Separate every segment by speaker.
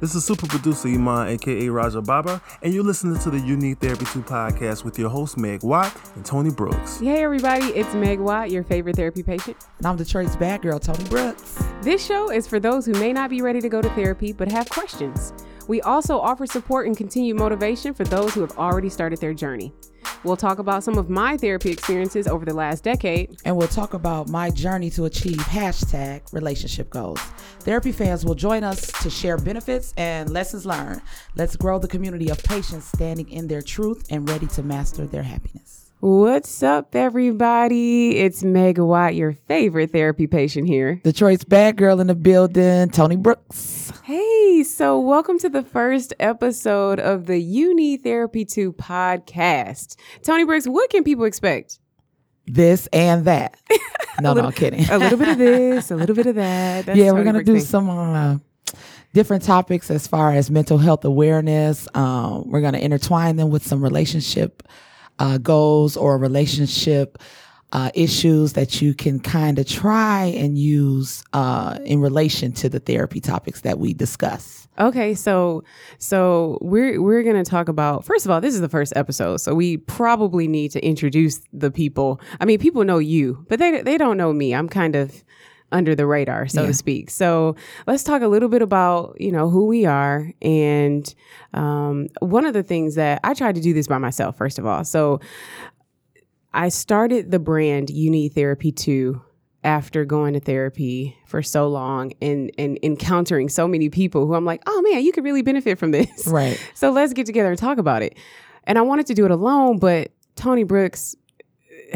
Speaker 1: This is super producer Iman, aka Raja Baba, and you're listening to the You Need Therapy 2 podcast with your hosts Meg Watt and Tony Brooks.
Speaker 2: Hey everybody, it's Meg Watt, your favorite therapy patient.
Speaker 3: And I'm Detroit's bad girl, Tony Brooks.
Speaker 2: This show is for those who may not be ready to go to therapy but have questions. We also offer support and continued motivation for those who have already started their journey. We'll talk about some of my therapy experiences over the last decade.
Speaker 3: And we'll talk about my journey to achieve hashtag relationship goals. Therapy fans will join us to share benefits and lessons learned. Let's grow the community of patients standing in their truth and ready to master their happiness.
Speaker 2: What's up, everybody? It's Meg Watt, your favorite therapy patient here.
Speaker 3: Detroit's bad girl in the building, Tony Brooks.
Speaker 2: Hey, so welcome to the first episode of the You Need Therapy 2 podcast. Tony Brooks, what can people expect?
Speaker 3: This and that. No, no, I'm kidding.
Speaker 2: A little bit of this, a little bit of that. That's
Speaker 3: yeah,
Speaker 2: Tony
Speaker 3: we're gonna
Speaker 2: Brooks
Speaker 3: do
Speaker 2: thing.
Speaker 3: some uh, different topics as far as mental health awareness. Um, we're gonna intertwine them with some relationship uh, goals or relationship uh, issues that you can kind of try and use uh, in relation to the therapy topics that we discuss.
Speaker 2: Okay, so so we're we're gonna talk about first of all, this is the first episode, so we probably need to introduce the people. I mean, people know you, but they they don't know me. I'm kind of under the radar, so to speak. So let's talk a little bit about you know who we are, and um, one of the things that I tried to do this by myself. First of all, so I started the brand You Need Therapy 2 after going to therapy for so long and, and encountering so many people who I'm like, oh man, you could really benefit from this.
Speaker 3: Right.
Speaker 2: So let's get together and talk about it. And I wanted to do it alone, but Tony Brooks,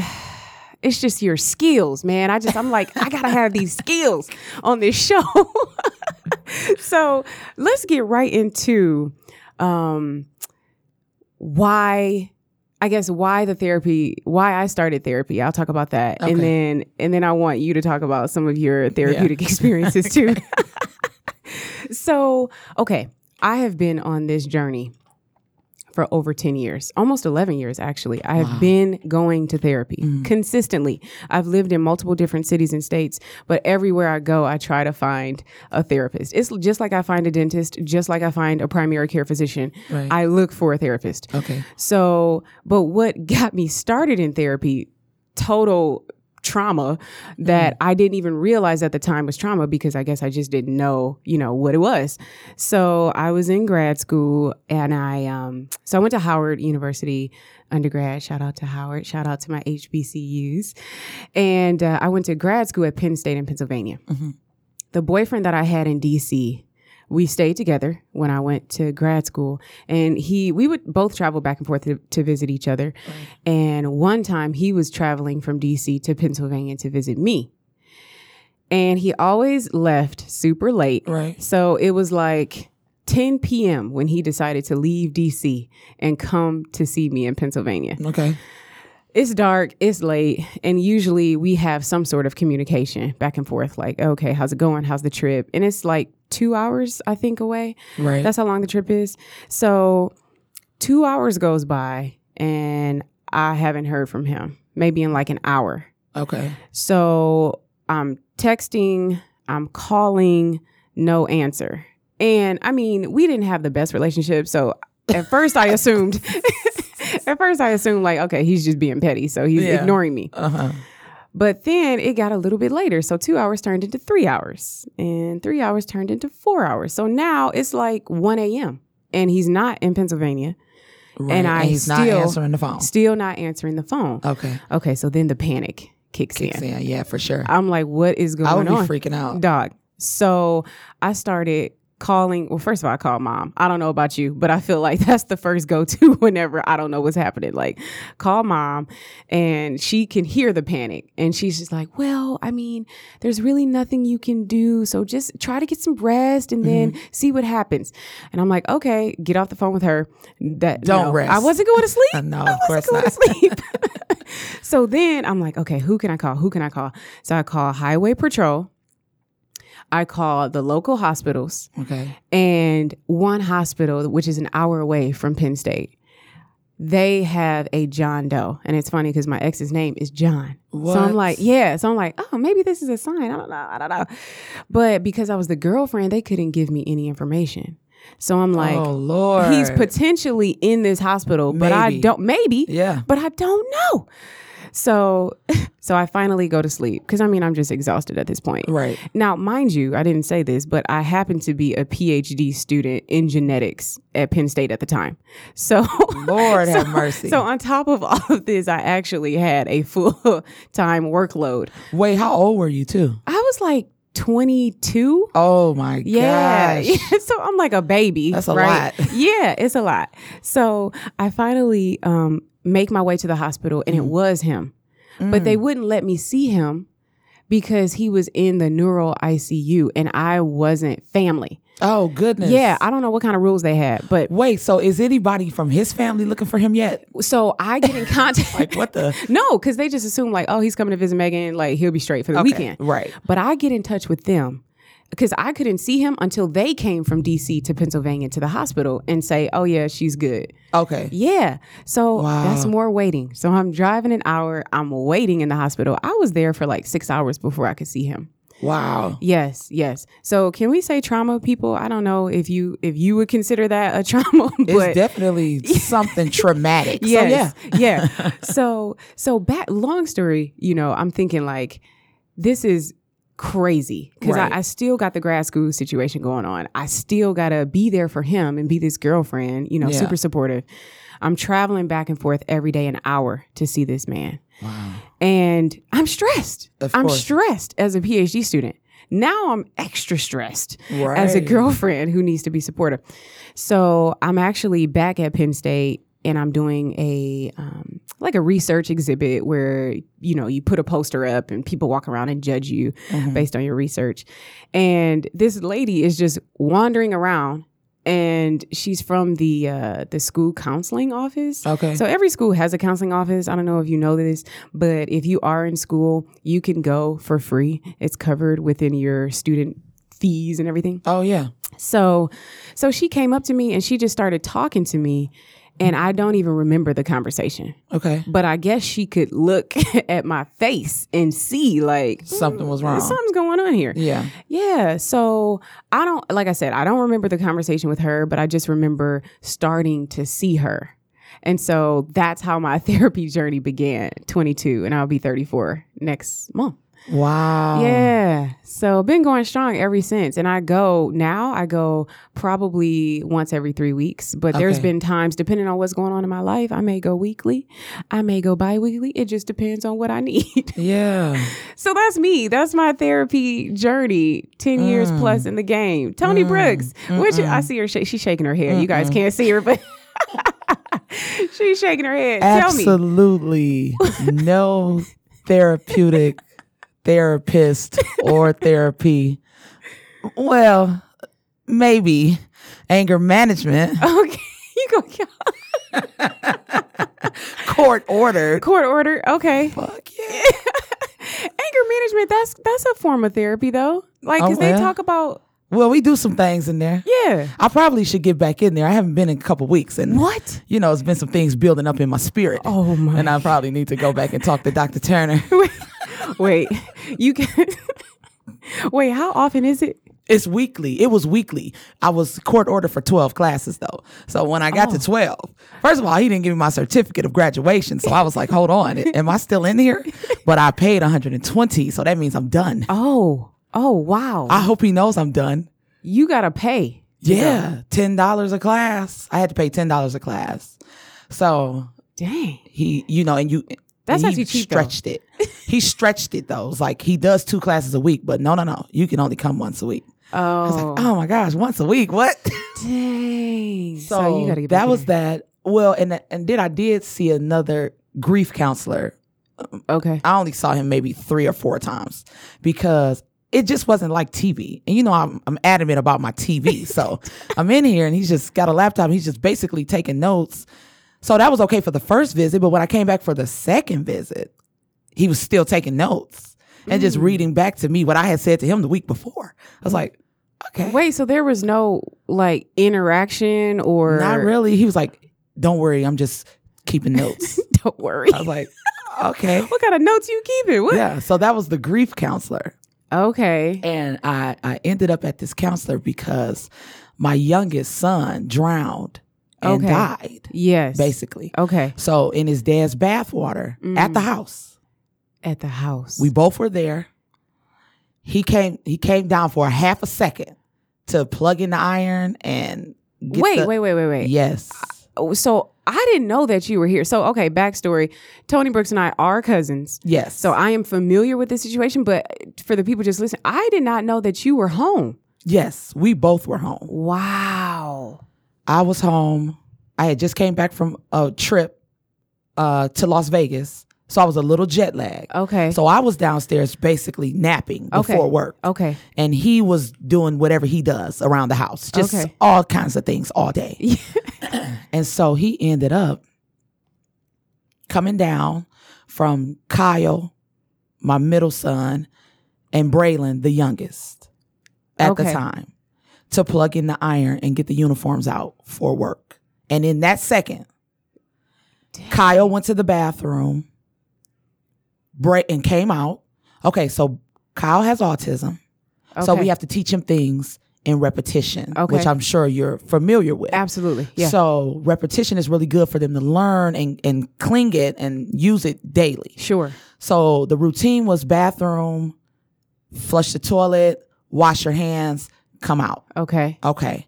Speaker 2: it's just your skills, man. I just, I'm like, I gotta have these skills on this show. so let's get right into um, why. I guess why the therapy, why I started therapy. I'll talk about that, and
Speaker 3: Okay.
Speaker 2: then and then I want you to talk about some of your therapeutic experiences too. so, okay, I have been on this journey for over 10 years, almost 11 years actually. I have been going to therapy consistently. I've lived in multiple different cities and states, but everywhere I go, I try to find a therapist. It's just like I find a dentist, just like I find a primary care physician.
Speaker 3: Right.
Speaker 2: I look for a therapist.
Speaker 3: Okay.
Speaker 2: So, but what got me started in therapy, total trauma that I didn't even realize at the time was trauma because I guess I just didn't know, you know, what it was. So I was in grad school and I, um, so I went to Howard University undergrad. Shout out to Howard. Shout out to my HBCUs. And uh, I went to grad school at Penn State in Pennsylvania.
Speaker 3: Mhm.
Speaker 2: The boyfriend that I had in DC, we stayed together when I went to grad school, and he we would both travel back and forth to, to visit each other. And one time he was traveling from DC to Pennsylvania to visit me, and he always left super late.
Speaker 3: Right.
Speaker 2: So it was like 10 p.m. when he decided to leave DC and come to see me in Pennsylvania
Speaker 3: Okay.
Speaker 2: it's dark, it's late, and usually we have some sort of communication back and forth, like, okay, how's it going? How's the trip? And it's like two hours, I think, away.
Speaker 3: Right.
Speaker 2: That's how long the trip is. So two hours goes by, and I haven't heard from him, maybe in like an hour.
Speaker 3: okay.
Speaker 2: So I'm texting, I'm calling, no answer. And I mean, we didn't have the best relationship. So at first I assumed, at first I assumed like, okay, he's just being petty. So he's
Speaker 3: Yeah.
Speaker 2: ignoring me.
Speaker 3: Uh huh.
Speaker 2: But then it got a little bit later. So two hours turned into three hours, and three hours turned into four hours. So now it's like 1 a.m. and he's not in Pennsylvania,
Speaker 3: Right.
Speaker 2: I
Speaker 3: he's not
Speaker 2: still-
Speaker 3: answering the phone.
Speaker 2: still not answering the phone.
Speaker 3: Okay.
Speaker 2: Okay, so then the panic kicks,
Speaker 3: Kicks
Speaker 2: in.
Speaker 3: in. Yeah, for sure.
Speaker 2: I'm like, what is going
Speaker 3: I would be
Speaker 2: on?
Speaker 3: freaking out.
Speaker 2: dog. So I started calling. Well, first of all, I called mom. I don't know about you, but I feel like that's the first go to whenever I don't know what's happening. Like, call mom, and she can hear the panic, and she's just like, "Well, I mean, there's really nothing you can do. So just try to get some rest, and then
Speaker 3: Mm-hmm.
Speaker 2: see what happens." And I'm like, "Okay, get off the phone with her." That
Speaker 3: Don't
Speaker 2: no,
Speaker 3: rest.
Speaker 2: I wasn't going to sleep.
Speaker 3: Uh, no,
Speaker 2: I
Speaker 3: of
Speaker 2: wasn't
Speaker 3: course
Speaker 2: going
Speaker 3: not.
Speaker 2: to sleep. so then I'm like, okay, who can I call? Who can I call? So I call Highway Patrol. I call the local hospitals
Speaker 3: Okay.
Speaker 2: and one hospital, which is an hour away from Penn State. They have a John Doe. And it's funny because my ex's name is John. So
Speaker 3: What?
Speaker 2: I'm like, yeah. So I'm like, oh, maybe this is a sign. I don't know. I don't know. But because I was the girlfriend, they couldn't give me any information. So I'm like,
Speaker 3: Oh, Lord.
Speaker 2: he's potentially in this hospital, but I
Speaker 3: Maybe.
Speaker 2: don't maybe.
Speaker 3: Yeah.
Speaker 2: But I don't know. So so I finally go to sleep cuz I mean I'm just exhausted at this point.
Speaker 3: Right.
Speaker 2: Now, mind you, I didn't say this, but I happened to be a PhD student in genetics at Penn State at the time. So
Speaker 3: Lord have mercy.
Speaker 2: So on top of all of this, I actually had a full-time workload.
Speaker 3: Wait, how old were you too?
Speaker 2: I was like 22
Speaker 3: Oh my
Speaker 2: yeah.
Speaker 3: gosh.
Speaker 2: so I'm like a baby.
Speaker 3: That's a
Speaker 2: right?
Speaker 3: lot.
Speaker 2: yeah, it's a lot. So I finally um, make my way to the hospital,
Speaker 3: Mm.
Speaker 2: and it was him. But they wouldn't let me see him because he was in the neural ICU and I wasn't family.
Speaker 3: Oh goodness.
Speaker 2: Yeah, I don't know what kind of rules they had, but
Speaker 3: Wait, so is anybody from his family looking for him yet?
Speaker 2: so I get in contact.
Speaker 3: Like what the
Speaker 2: no, because they just assume, like, oh, he's coming to visit Megan, like, he'll be straight for the weekend.
Speaker 3: Right.
Speaker 2: But I get in touch with them because I couldn't see him until they came from DC to Pennsylvania to the hospital and say, oh, yeah, she's good.
Speaker 3: Okay.
Speaker 2: Yeah. So
Speaker 3: Wow.
Speaker 2: that's more waiting. So I'm driving an hour, I'm waiting in the hospital. I was there for like six hours before I could see him.
Speaker 3: Wow.
Speaker 2: Yes, yes. So can we say trauma people? I don't know if you if you would consider that a trauma,
Speaker 3: It's
Speaker 2: but
Speaker 3: definitely something traumatic. So yeah.
Speaker 2: Yes, yeah. So so back long story, you know, I'm thinking like this is crazy because
Speaker 3: Right.
Speaker 2: I, I still got the grad school situation going on. I still gotta be there for him and be this girlfriend, you know,
Speaker 3: Yeah.
Speaker 2: super supportive. I'm traveling back and forth every day an hour to see this man. And I'm stressed.
Speaker 3: Of
Speaker 2: I'm
Speaker 3: course.
Speaker 2: stressed as a PhD student. Now I'm extra stressed as a
Speaker 3: Right.
Speaker 2: girlfriend who needs to be supportive. So I'm actually back at Penn State and I'm doing a um, like a research exhibit where you know you put a poster up and people walk around and judge you
Speaker 3: Mm-hmm.
Speaker 2: based on your research. And this lady is just wandering around and she's from the uh, the school counseling office.
Speaker 3: Okay.
Speaker 2: So every school has a counseling office. I don't know if you know this, but if you are in school, you can go for free. It's covered within your student fees and everything.
Speaker 3: oh yeah.
Speaker 2: So, so she came up to me and she just started talking to me, and I don't even remember the conversation.
Speaker 3: Okay.
Speaker 2: But I guess she could look at my face and see like
Speaker 3: Something was wrong.
Speaker 2: something's going Mm, on here.
Speaker 3: Yeah.
Speaker 2: Yeah. So I don't, like I said, I don't remember the conversation with her, but I just remember starting to see her. And so that's how my therapy journey began, 22, and I'll be 34 next month.
Speaker 3: Wow.
Speaker 2: Yeah. So been going strong ever since. And I go now, I go probably once every three weeks. But there's
Speaker 3: Okay.
Speaker 2: been times, depending on what's going on in my life, I may go weekly. I may go bi weekly. It just depends on what I need.
Speaker 3: Yeah.
Speaker 2: so that's me. That's my therapy journey. Ten years plus in the game. Tony Brooks. Which I see her shake she's shaking her head. You guys can't see her, but she's shaking her head. Tell me.
Speaker 3: Absolutely no therapeutic therapist or therapy. Well, maybe anger management,
Speaker 2: Okay. You go
Speaker 3: court ordered.
Speaker 2: court order. Okay.
Speaker 3: Fuck yeah.
Speaker 2: Anger management, that's that's a form of therapy though. Like,
Speaker 3: Oh,
Speaker 2: cause they
Speaker 3: well.
Speaker 2: talk about
Speaker 3: Well, we do some things in there.
Speaker 2: yeah.
Speaker 3: I probably should get back in there. I haven't been in a couple weeks, and
Speaker 2: What?
Speaker 3: you know, it's been some things building up in my spirit.
Speaker 2: Oh, my.
Speaker 3: And I probably need to go back and talk to Dr. Turner.
Speaker 2: Wait, you can. Wait, how often is it?
Speaker 3: It's weekly. It was weekly. I was court ordered for 12 classes though. So when I got
Speaker 2: Oh.
Speaker 3: to 12, first of all, he didn't give me my certificate of graduation. So I was like, hold on, am I still in here? But I paid 120. So that means I'm done.
Speaker 2: Oh, oh wow,
Speaker 3: I hope he knows I'm done.
Speaker 2: you gotta pay.
Speaker 3: Yeah. $10 a class. I had to pay $10 a class. So
Speaker 2: Dang,
Speaker 3: he, you know, and you,
Speaker 2: That's
Speaker 3: and he
Speaker 2: actually cheap, though.
Speaker 3: stretched it. He stretched it though. It's like he does two classes a week, but no, no, no. You can only come once a week.
Speaker 2: oh
Speaker 3: Oh my gosh, once a week. What?
Speaker 2: dang. So, you gotta get
Speaker 3: that
Speaker 2: back
Speaker 3: was
Speaker 2: in
Speaker 3: that. Well, and and then I did see another grief counselor.
Speaker 2: there. okay.
Speaker 3: I only saw him maybe three or four times because it just wasn't like TV. And you know, I'm, I'm adamant about my TV, so I'm in here and he's just got a laptop. He's just basically taking notes. So that was okay for the first visit, but when I came back for the second visit, he was still taking notes and just
Speaker 2: Mm.
Speaker 3: reading back to me what I had said to him the week before. I was like, okay,
Speaker 2: Wait, so there was no like interaction or
Speaker 3: not really. He was like, don't worry, I'm just keeping notes.
Speaker 2: Don't worry.
Speaker 3: I was like, okay.
Speaker 2: What kind of notes you keeping? What?
Speaker 3: Yeah. So that was the grief counselor.
Speaker 2: Okay.
Speaker 3: And I, I ended up at this counselor because my youngest son drowned and
Speaker 2: Okay.
Speaker 3: died,
Speaker 2: Yes.
Speaker 3: basically.
Speaker 2: Okay.
Speaker 3: So in his dad's bathwater at the
Speaker 2: Mm.
Speaker 3: house,
Speaker 2: At the house.
Speaker 3: we both were there. He came. He came down for a half a second to plug in the iron and get
Speaker 2: wait,
Speaker 3: the-
Speaker 2: wait, wait, wait, wait.
Speaker 3: Yes,
Speaker 2: Oh, So I didn't know that you were here. So okay, backstory. Tony Brooks and I are cousins.
Speaker 3: yes.
Speaker 2: So I am familiar with this situation, but for the people just listening, I did not know that you were home.
Speaker 3: yes, we both were home.
Speaker 2: Wow.
Speaker 3: I was home. I had just came back from a trip uh, to Las Vegas, so I was a little jet lag.
Speaker 2: Okay.
Speaker 3: So I was downstairs basically napping
Speaker 2: Okay.
Speaker 3: before work,
Speaker 2: okay.
Speaker 3: and he was doing whatever he does around the house, just
Speaker 2: Okay.
Speaker 3: all kinds of things all day. and so he ended up coming down from Kyle, my middle son, and Braylon, the youngest, at the
Speaker 2: Okay.
Speaker 3: time to plug in the iron and get the uniforms out for work. And in that second, Kyle went to the bathroom, break and came out. Okay, so Kyle has autism, so
Speaker 2: Okay.
Speaker 3: we have to teach him things in repetition,
Speaker 2: Okay.
Speaker 3: which I'm sure you're familiar with.
Speaker 2: Absolutely. Yeah.
Speaker 3: So repetition is really good for them to learn and, and cling it and use it daily.
Speaker 2: sure.
Speaker 3: So the routine was bathroom, flush the toilet, wash your hands, come out.
Speaker 2: Okay.
Speaker 3: Okay.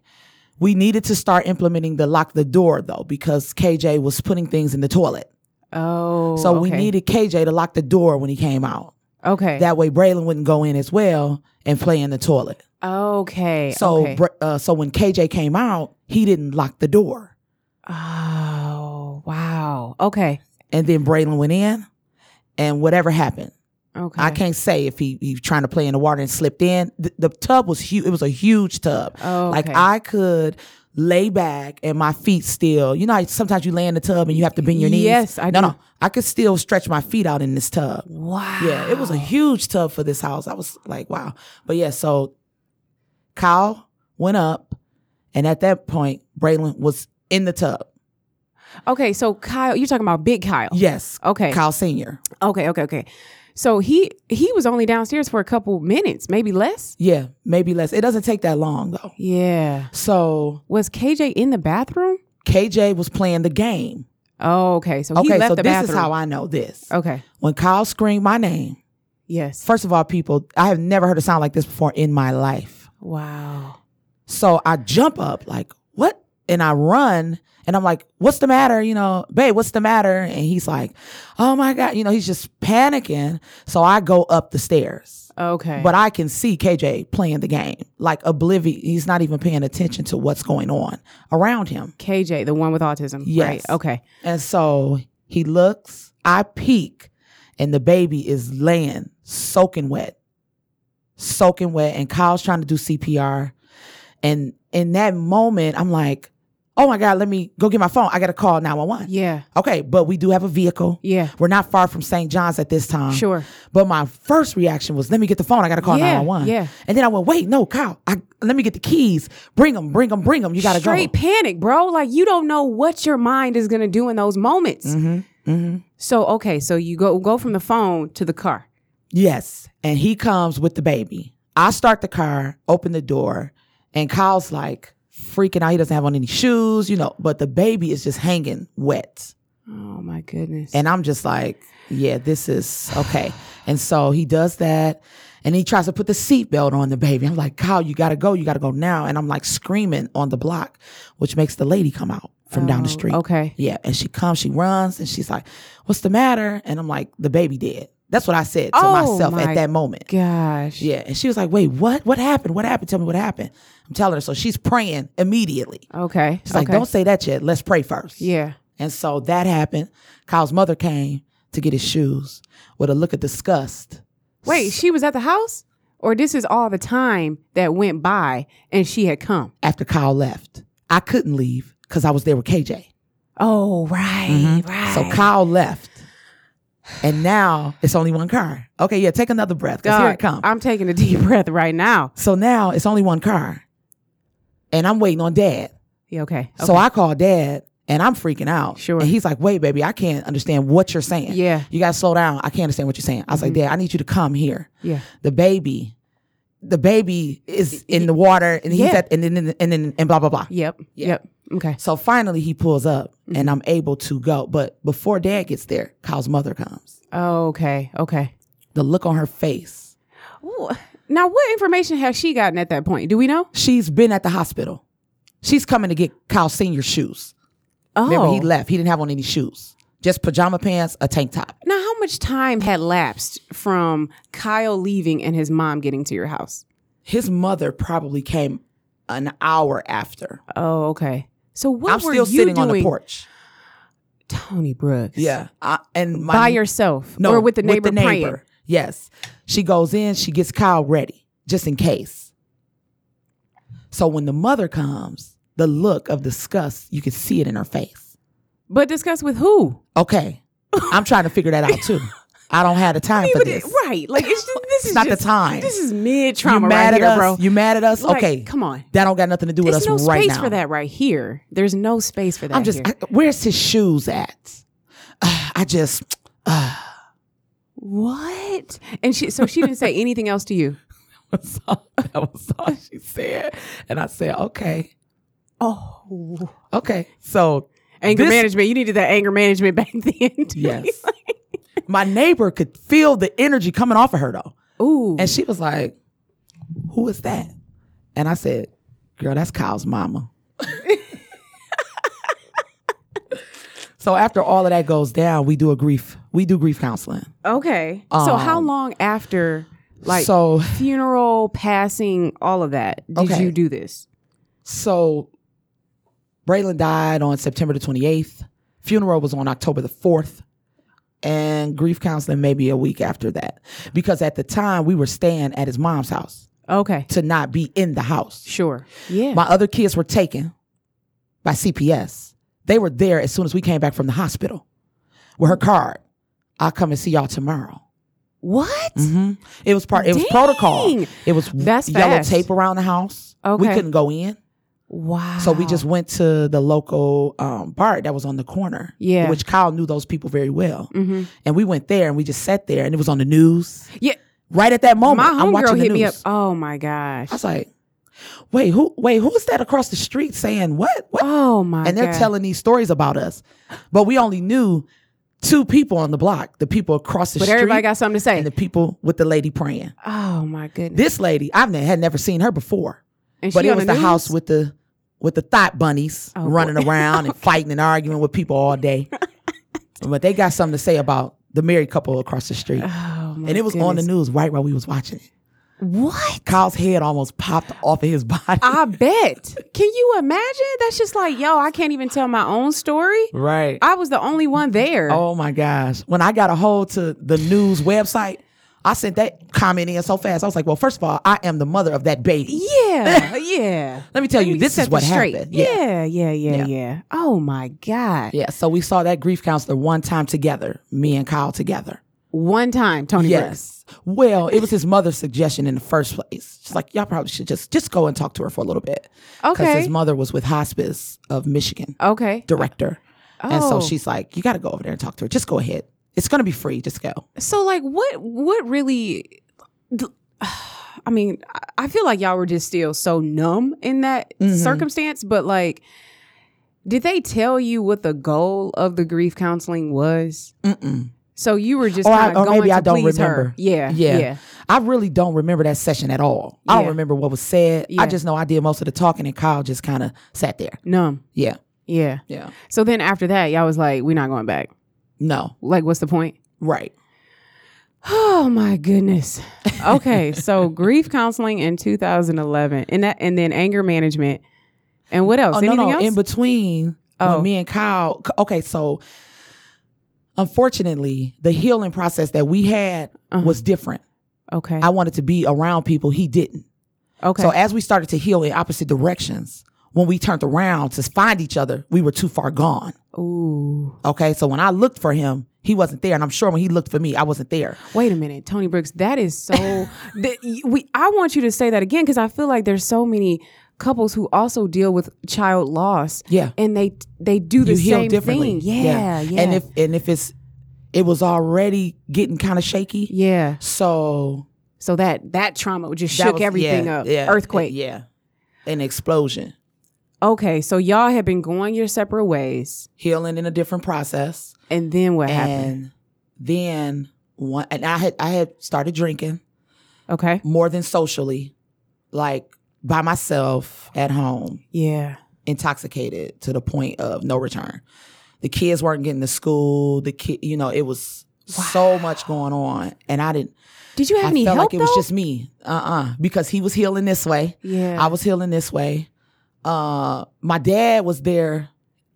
Speaker 3: We needed to start implementing the lock the door though, because KJ was putting things in the toilet.
Speaker 2: Oh.
Speaker 3: So we
Speaker 2: okay.
Speaker 3: needed KJ to lock the door when he came out.
Speaker 2: Okay.
Speaker 3: That way Braylon wouldn't go in as well and play in the toilet.
Speaker 2: okay.
Speaker 3: So
Speaker 2: okay.
Speaker 3: Br- uh, so when KJ came out, he didn't lock the door.
Speaker 2: oh wow. Okay.
Speaker 3: And then Braylon went in and whatever happened.
Speaker 2: Okay.
Speaker 3: I can't say if he, he was trying to play in the water and slipped in. The, the tub was huge. It was a huge tub.
Speaker 2: Oh,
Speaker 3: Like
Speaker 2: okay.
Speaker 3: I could lay back and my feet still. You know, how sometimes you lay in the tub and you have to bend your knees.
Speaker 2: Yes, I
Speaker 3: no,
Speaker 2: do.
Speaker 3: no. I could still stretch my feet out in this tub.
Speaker 2: Wow.
Speaker 3: Yeah, it was a huge tub for this house. I was like, wow. But yeah, so Kyle went up, and at that point, Braylon was in the tub.
Speaker 2: Okay. So Kyle, you're talking about Big Kyle.
Speaker 3: Yes,
Speaker 2: Oh, Okay.
Speaker 3: Kyle Senior.
Speaker 2: Okay. Okay. Okay. So he he was only downstairs for a couple minutes, maybe less.
Speaker 3: Yeah, maybe less. It doesn't take that long though.
Speaker 2: Yeah.
Speaker 3: So
Speaker 2: Was KJ in the bathroom?
Speaker 3: KJ was playing the game.
Speaker 2: Oh, okay. So he
Speaker 3: Okay,
Speaker 2: left
Speaker 3: so
Speaker 2: the
Speaker 3: this
Speaker 2: bathroom. Oh.
Speaker 3: is how I know this.
Speaker 2: okay.
Speaker 3: When Kyle screamed my name,
Speaker 2: Yes.
Speaker 3: first of all, people, I have never heard a sound like this before in my life.
Speaker 2: Wow.
Speaker 3: So I jump up, like, what? And I run and I'm like, what's the matter? You know, babe, what's the matter? And he's like, oh my God. You know, he's just panicking. So I go up the stairs.
Speaker 2: Okay.
Speaker 3: But I can see KJ playing the game, like oblivious. He's not even paying attention to what's going on around him.
Speaker 2: KJ, the one with autism.
Speaker 3: Yes.
Speaker 2: Right. Okay.
Speaker 3: And so he looks, I peek, and the baby is laying soaking wet, soaking wet. And Kyle's trying to do CPR. And in that moment, I'm like, oh my God, let me go get my phone. I got to call 911.
Speaker 2: Yeah.
Speaker 3: Okay, but we do have a vehicle.
Speaker 2: Yeah.
Speaker 3: We're not far from St. John's at this time.
Speaker 2: Sure.
Speaker 3: But my first reaction was, let me get the phone. I got to call
Speaker 2: Yeah,
Speaker 3: 911.
Speaker 2: yeah.
Speaker 3: And then I went, wait, no, Kyle, I, let me get the keys. Bring them, bring them, bring them. You got to go.
Speaker 2: Straight panic, bro. Like you don't know what your mind is gonna do in those moments.
Speaker 3: Mm-hmm.
Speaker 2: So okay, so you go go from the phone to the car.
Speaker 3: Yes. And he comes with the baby. I start the car, open the door, and Kyle's like freaking out. He doesn't have on any shoes, you know, but the baby is just hanging wet.
Speaker 2: Oh my goodness.
Speaker 3: And I'm just like, yeah, this is okay. And so he does that and he tries to put the seatbelt on the baby. I'm like, Kyle, you gotta go. You gotta go now. And I'm like screaming on the block, which makes the lady come out from down the street.
Speaker 2: Oh, okay.
Speaker 3: Yeah. And she comes, she runs, and she's like, What's the matter? And I'm like, The baby dead. That's what I said to
Speaker 2: Oh,
Speaker 3: myself
Speaker 2: my
Speaker 3: at that moment.
Speaker 2: Gosh.
Speaker 3: Yeah. And she was like, Wait, what? What happened? What happened? Tell me what happened. I'm telling her. So she's praying immediately.
Speaker 2: Okay.
Speaker 3: She's
Speaker 2: okay.
Speaker 3: like, Don't say that yet. Let's pray first.
Speaker 2: Yeah.
Speaker 3: And so that happened. Kyle's mother came to get his shoes with a look of disgust.
Speaker 2: Wait, she was at the house? Or this is all the time that went by and she had come.
Speaker 3: After Kyle left, I couldn't leave because I was there with KJ.
Speaker 2: Oh, right, right.
Speaker 3: So Kyle left. And now it's only one car. Okay, yeah, take another breath because here it comes.
Speaker 2: I'm taking a deep breath right now.
Speaker 3: So now it's only one car. And I'm waiting on dad.
Speaker 2: Yeah, okay. okay.
Speaker 3: So I call dad and I'm freaking out.
Speaker 2: Sure.
Speaker 3: And he's like, wait, baby, I can't understand what you're saying.
Speaker 2: Yeah. Mm-hmm.
Speaker 3: You got to slow down. I can't understand what you're saying. I was like, dad, I need you to come here.
Speaker 2: yeah.
Speaker 3: The baby, the baby is in the water and he's
Speaker 2: Yeah.
Speaker 3: at and then and then and, blah blah blah.
Speaker 2: Yep.
Speaker 3: Yeah.
Speaker 2: Yep. Okay.
Speaker 3: So finally he pulls up
Speaker 2: Mm-hmm.
Speaker 3: and I'm able to go. But before dad gets there, Kyle's mother comes.
Speaker 2: Okay. Okay.
Speaker 3: The look on her face.
Speaker 2: Ooh. Now, what information has she gotten at that point? Do we know?
Speaker 3: She's been at the hospital. She's coming to get Kyle Senior shoes.
Speaker 2: Oh,
Speaker 3: Remember he left. He didn't have on any shoes. Just pajama pants, a tank top.
Speaker 2: now how much time had lapsed from Kyle leaving and his mom getting to your house?
Speaker 3: His mother probably came an hour after.
Speaker 2: Oh, okay. So what
Speaker 3: I'm
Speaker 2: were
Speaker 3: still
Speaker 2: you
Speaker 3: sitting
Speaker 2: doing,
Speaker 3: on the porch.
Speaker 2: Tony Brooks?
Speaker 3: Yeah. I, and my
Speaker 2: by yourself,
Speaker 3: No,
Speaker 2: or with the neighbor praying?
Speaker 3: Yes. She goes in, she gets Kyle ready, just in case. So when the mother comes, the look of disgust, you can see it in her face.
Speaker 2: But discuss with who?
Speaker 3: Okay. I'm trying to figure that out too. I don't have the time
Speaker 2: I mean,
Speaker 3: for
Speaker 2: but
Speaker 3: this.
Speaker 2: it- right? Like it's just, this is
Speaker 3: not the
Speaker 2: just-
Speaker 3: time.
Speaker 2: This is mid
Speaker 3: You
Speaker 2: trauma
Speaker 3: mad
Speaker 2: right
Speaker 3: at
Speaker 2: here,
Speaker 3: us?
Speaker 2: bro.
Speaker 3: You mad at us?
Speaker 2: Like,
Speaker 3: okay.
Speaker 2: come on.
Speaker 3: That don't got nothing to do with
Speaker 2: There's
Speaker 3: us
Speaker 2: no
Speaker 3: right
Speaker 2: space
Speaker 3: now.
Speaker 2: for that right here. There's no space for that.
Speaker 3: I'm just
Speaker 2: here.
Speaker 3: I, where's his shoes at? Ah, I just
Speaker 2: what? And she so she didn't say anything else to you.
Speaker 3: that was all- that was all she said. And I said, okay.
Speaker 2: Oh,
Speaker 3: Okay. So
Speaker 2: anger
Speaker 3: This-
Speaker 2: management. You needed that anger management back then. too.
Speaker 3: Yes. My neighbor could feel the energy coming off of her though.
Speaker 2: Ooh.
Speaker 3: And she was like, Who is that? And I said, Girl, that's Kyle's mama. so after all of that goes down, we do a grief, we do grief counseling.
Speaker 2: okay. so how
Speaker 3: Um,
Speaker 2: long after like
Speaker 3: so
Speaker 2: funeral, passing, all of that did
Speaker 3: Okay.
Speaker 2: you do this?
Speaker 3: so Braylon died on September the twenty eighth. Funeral was on October the fourth. And grief counseling maybe a week after that. Because at the time we were staying at his mom's house.
Speaker 2: Okay.
Speaker 3: to not be in the house.
Speaker 2: Sure. Yeah.
Speaker 3: My other kids were taken by CPS. They were there as soon as we came back from the hospital with her card. I'll come and see y'all tomorrow.
Speaker 2: what?
Speaker 3: Mhm. It was part. It
Speaker 2: Mm-hmm.
Speaker 3: was
Speaker 2: Dang.
Speaker 3: protocol. It was
Speaker 2: That's
Speaker 3: yellow
Speaker 2: fast.
Speaker 3: tape around the house. we
Speaker 2: Okay.
Speaker 3: couldn't go in,
Speaker 2: Wow.
Speaker 3: so we just went to the local um, bar that was on the corner.
Speaker 2: Yeah.
Speaker 3: which Kyle knew those people very well,
Speaker 2: hmm
Speaker 3: and we went there and we just sat there and it was on the news.
Speaker 2: Yeah.
Speaker 3: right at that moment,
Speaker 2: My
Speaker 3: Oh I'm watching
Speaker 2: homegirl
Speaker 3: the
Speaker 2: hit me up.
Speaker 3: news.
Speaker 2: Oh my gosh.
Speaker 3: I was like, wait, who wait, who is that across the street saying what? What?
Speaker 2: Oh my
Speaker 3: and they're
Speaker 2: God.
Speaker 3: telling these stories about us. But we only knew two people on the block, the people across the
Speaker 2: But
Speaker 3: street
Speaker 2: everybody got something to say.
Speaker 3: and the people with the lady praying.
Speaker 2: oh my goodness.
Speaker 3: This lady, I've ne- had never seen her before.
Speaker 2: And
Speaker 3: but
Speaker 2: she
Speaker 3: it
Speaker 2: on
Speaker 3: was the,
Speaker 2: news?
Speaker 3: house with the with the thought bunnies
Speaker 2: Oh, boy.
Speaker 3: running around and fighting and arguing with people all day. but they got something to say about the married couple across the street.
Speaker 2: Oh my
Speaker 3: and it was on the
Speaker 2: goodness.
Speaker 3: news right while we was watching it.
Speaker 2: What?
Speaker 3: Kyle's head almost popped off of his body.
Speaker 2: I bet. Can you imagine? That's just like, yo, I can't even tell my own story.
Speaker 3: right.
Speaker 2: I was the only one there.
Speaker 3: Oh my gosh. When I got a hold to the news website, I sent that comment in so fast. I was like, well, first of all, I am the mother of that baby.
Speaker 2: Yeah, yeah.
Speaker 3: Let me tell
Speaker 2: Let
Speaker 3: you,
Speaker 2: me
Speaker 3: this
Speaker 2: set
Speaker 3: is what
Speaker 2: this straight.
Speaker 3: happened.
Speaker 2: Yeah, yeah, yeah,
Speaker 3: Yeah.
Speaker 2: yeah. Oh my God.
Speaker 3: Yeah. So we saw that grief counselor one time together, me and Kyle together.
Speaker 2: One time, Tony Brooks.
Speaker 3: Yes. Well, it was his mother's suggestion in the first place. She's like, y'all probably should just just go and talk to her for a little bit. Because
Speaker 2: Okay.
Speaker 3: his mother was with Hospice of Michigan
Speaker 2: Okay.
Speaker 3: director. And so
Speaker 2: Oh.
Speaker 3: she's like, you got to go over there and talk to her. Just go ahead. It's going to be free. Just go.
Speaker 2: So like what what really I mean, I- I feel like y'all were just still so numb in that
Speaker 3: Mhm.
Speaker 2: circumstance, but like did they tell you what the goal of the grief counseling was?
Speaker 3: Mm-mm.
Speaker 2: So you were just
Speaker 3: Or I-
Speaker 2: kind
Speaker 3: or
Speaker 2: of going
Speaker 3: maybe
Speaker 2: to
Speaker 3: I don't
Speaker 2: please
Speaker 3: remember.
Speaker 2: her. Yeah,
Speaker 3: Yeah.
Speaker 2: yeah.
Speaker 3: I really don't remember that session at all. I don't
Speaker 2: Yeah.
Speaker 3: remember what was said. I
Speaker 2: Yeah.
Speaker 3: just know I did most of the talking and Kyle just kind of sat there.
Speaker 2: Numb.
Speaker 3: Yeah.
Speaker 2: Yeah.
Speaker 3: Yeah.
Speaker 2: So then after that, y'all was like, we're not going back.
Speaker 3: No.
Speaker 2: Like, what's the point?
Speaker 3: Right.
Speaker 2: Oh my goodness. Okay, so grief counseling in 2011, and that, and then anger management, and what else?
Speaker 3: Oh, no,
Speaker 2: Anything
Speaker 3: no.
Speaker 2: else?
Speaker 3: In between
Speaker 2: Oh.
Speaker 3: when me and Kyle, c- okay, so unfortunately, the healing process that we had
Speaker 2: Uh-huh.
Speaker 3: was different.
Speaker 2: okay.
Speaker 3: I wanted to be around people. He didn't.
Speaker 2: okay.
Speaker 3: So as we started to heal in opposite directions, when we turned around to find each other, we were too far gone.
Speaker 2: Ooh.
Speaker 3: Okay. So when I looked for him, he wasn't there. And I'm sure when he looked for me, I wasn't there.
Speaker 2: Wait a minute, Tony Brooks. That is so. that y- we. I want you to say that again because I feel like there's so many couples who also deal with child loss.
Speaker 3: Yeah.
Speaker 2: And they they do the
Speaker 3: you heal
Speaker 2: same
Speaker 3: differently.
Speaker 2: thing. Yeah. Yeah.
Speaker 3: And if and if it's it was already getting kind of shaky.
Speaker 2: yeah.
Speaker 3: So
Speaker 2: So that that trauma just
Speaker 3: That
Speaker 2: shook
Speaker 3: was-
Speaker 2: everything
Speaker 3: yeah,
Speaker 2: up.
Speaker 3: yeah,
Speaker 2: Earthquake.
Speaker 3: Yeah. An explosion.
Speaker 2: Okay, so y'all had been going your separate ways,
Speaker 3: Healing in a different process.
Speaker 2: and then what happened?
Speaker 3: and then one and I had I had started drinking
Speaker 2: Okay.
Speaker 3: more than socially, like by myself at home,
Speaker 2: Yeah.
Speaker 3: intoxicated to the point of no return. The kids weren't getting to school. The kid, you know, it was so much going on, and I didn't.
Speaker 2: Did you have
Speaker 3: I
Speaker 2: any
Speaker 3: felt
Speaker 2: help
Speaker 3: like it was
Speaker 2: though?
Speaker 3: just me, uh, uh because he was healing this way,
Speaker 2: yeah.
Speaker 3: I was healing this way. Uh, my dad was there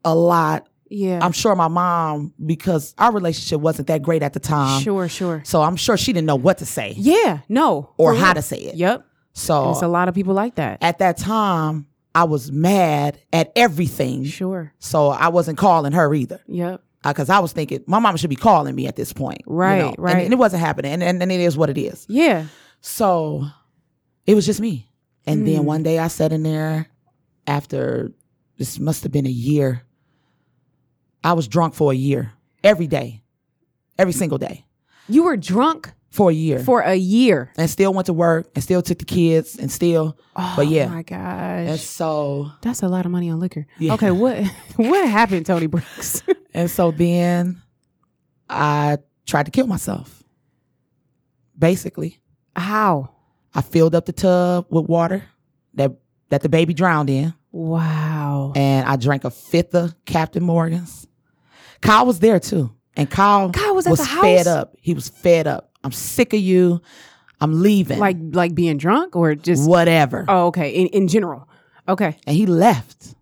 Speaker 3: a lot.
Speaker 2: yeah.
Speaker 3: I'm sure my mom, because our relationship wasn't that great at the time.
Speaker 2: sure. Sure.
Speaker 3: So I'm sure she didn't know what to say
Speaker 2: Yeah. No.
Speaker 3: or
Speaker 2: For
Speaker 3: how
Speaker 2: real.
Speaker 3: to say it.
Speaker 2: Yep.
Speaker 3: So
Speaker 2: It's a lot of people like that.
Speaker 3: at that time, I was mad at everything.
Speaker 2: Sure.
Speaker 3: So I wasn't calling her either
Speaker 2: Yep.
Speaker 3: because I was thinking my mom should be calling me at this point. you
Speaker 2: Right,
Speaker 3: know? And-
Speaker 2: right.
Speaker 3: And, it wasn't happening. And, and, and it is what it is.
Speaker 2: Yeah.
Speaker 3: So it was just me. And
Speaker 2: Hmm.
Speaker 3: then one day I sat in there after this must have been a year. I was drunk for a year every day, every single day
Speaker 2: You were drunk
Speaker 3: for a year.
Speaker 2: for a year.
Speaker 3: and still went to work and still took the kids and still
Speaker 2: Oh
Speaker 3: But yeah.
Speaker 2: my gosh.
Speaker 3: and so
Speaker 2: That's a lot of money on liquor.
Speaker 3: Yeah.
Speaker 2: Okay, what what happened, Tony Brooks?
Speaker 3: and so then I tried to kill myself. Basically,
Speaker 2: How?
Speaker 3: I filled up the tub with water that that the baby drowned in,
Speaker 2: Wow.
Speaker 3: and I drank a fifth of Captain Morgan's. Kyle was there too, and Kyle
Speaker 2: Kyle was at the house?
Speaker 3: fed up. He was fed up. I'm sick of you. I'm leaving.
Speaker 2: like like being drunk or just
Speaker 3: whatever.
Speaker 2: Oh, okay. In in general. Okay.
Speaker 3: And he left.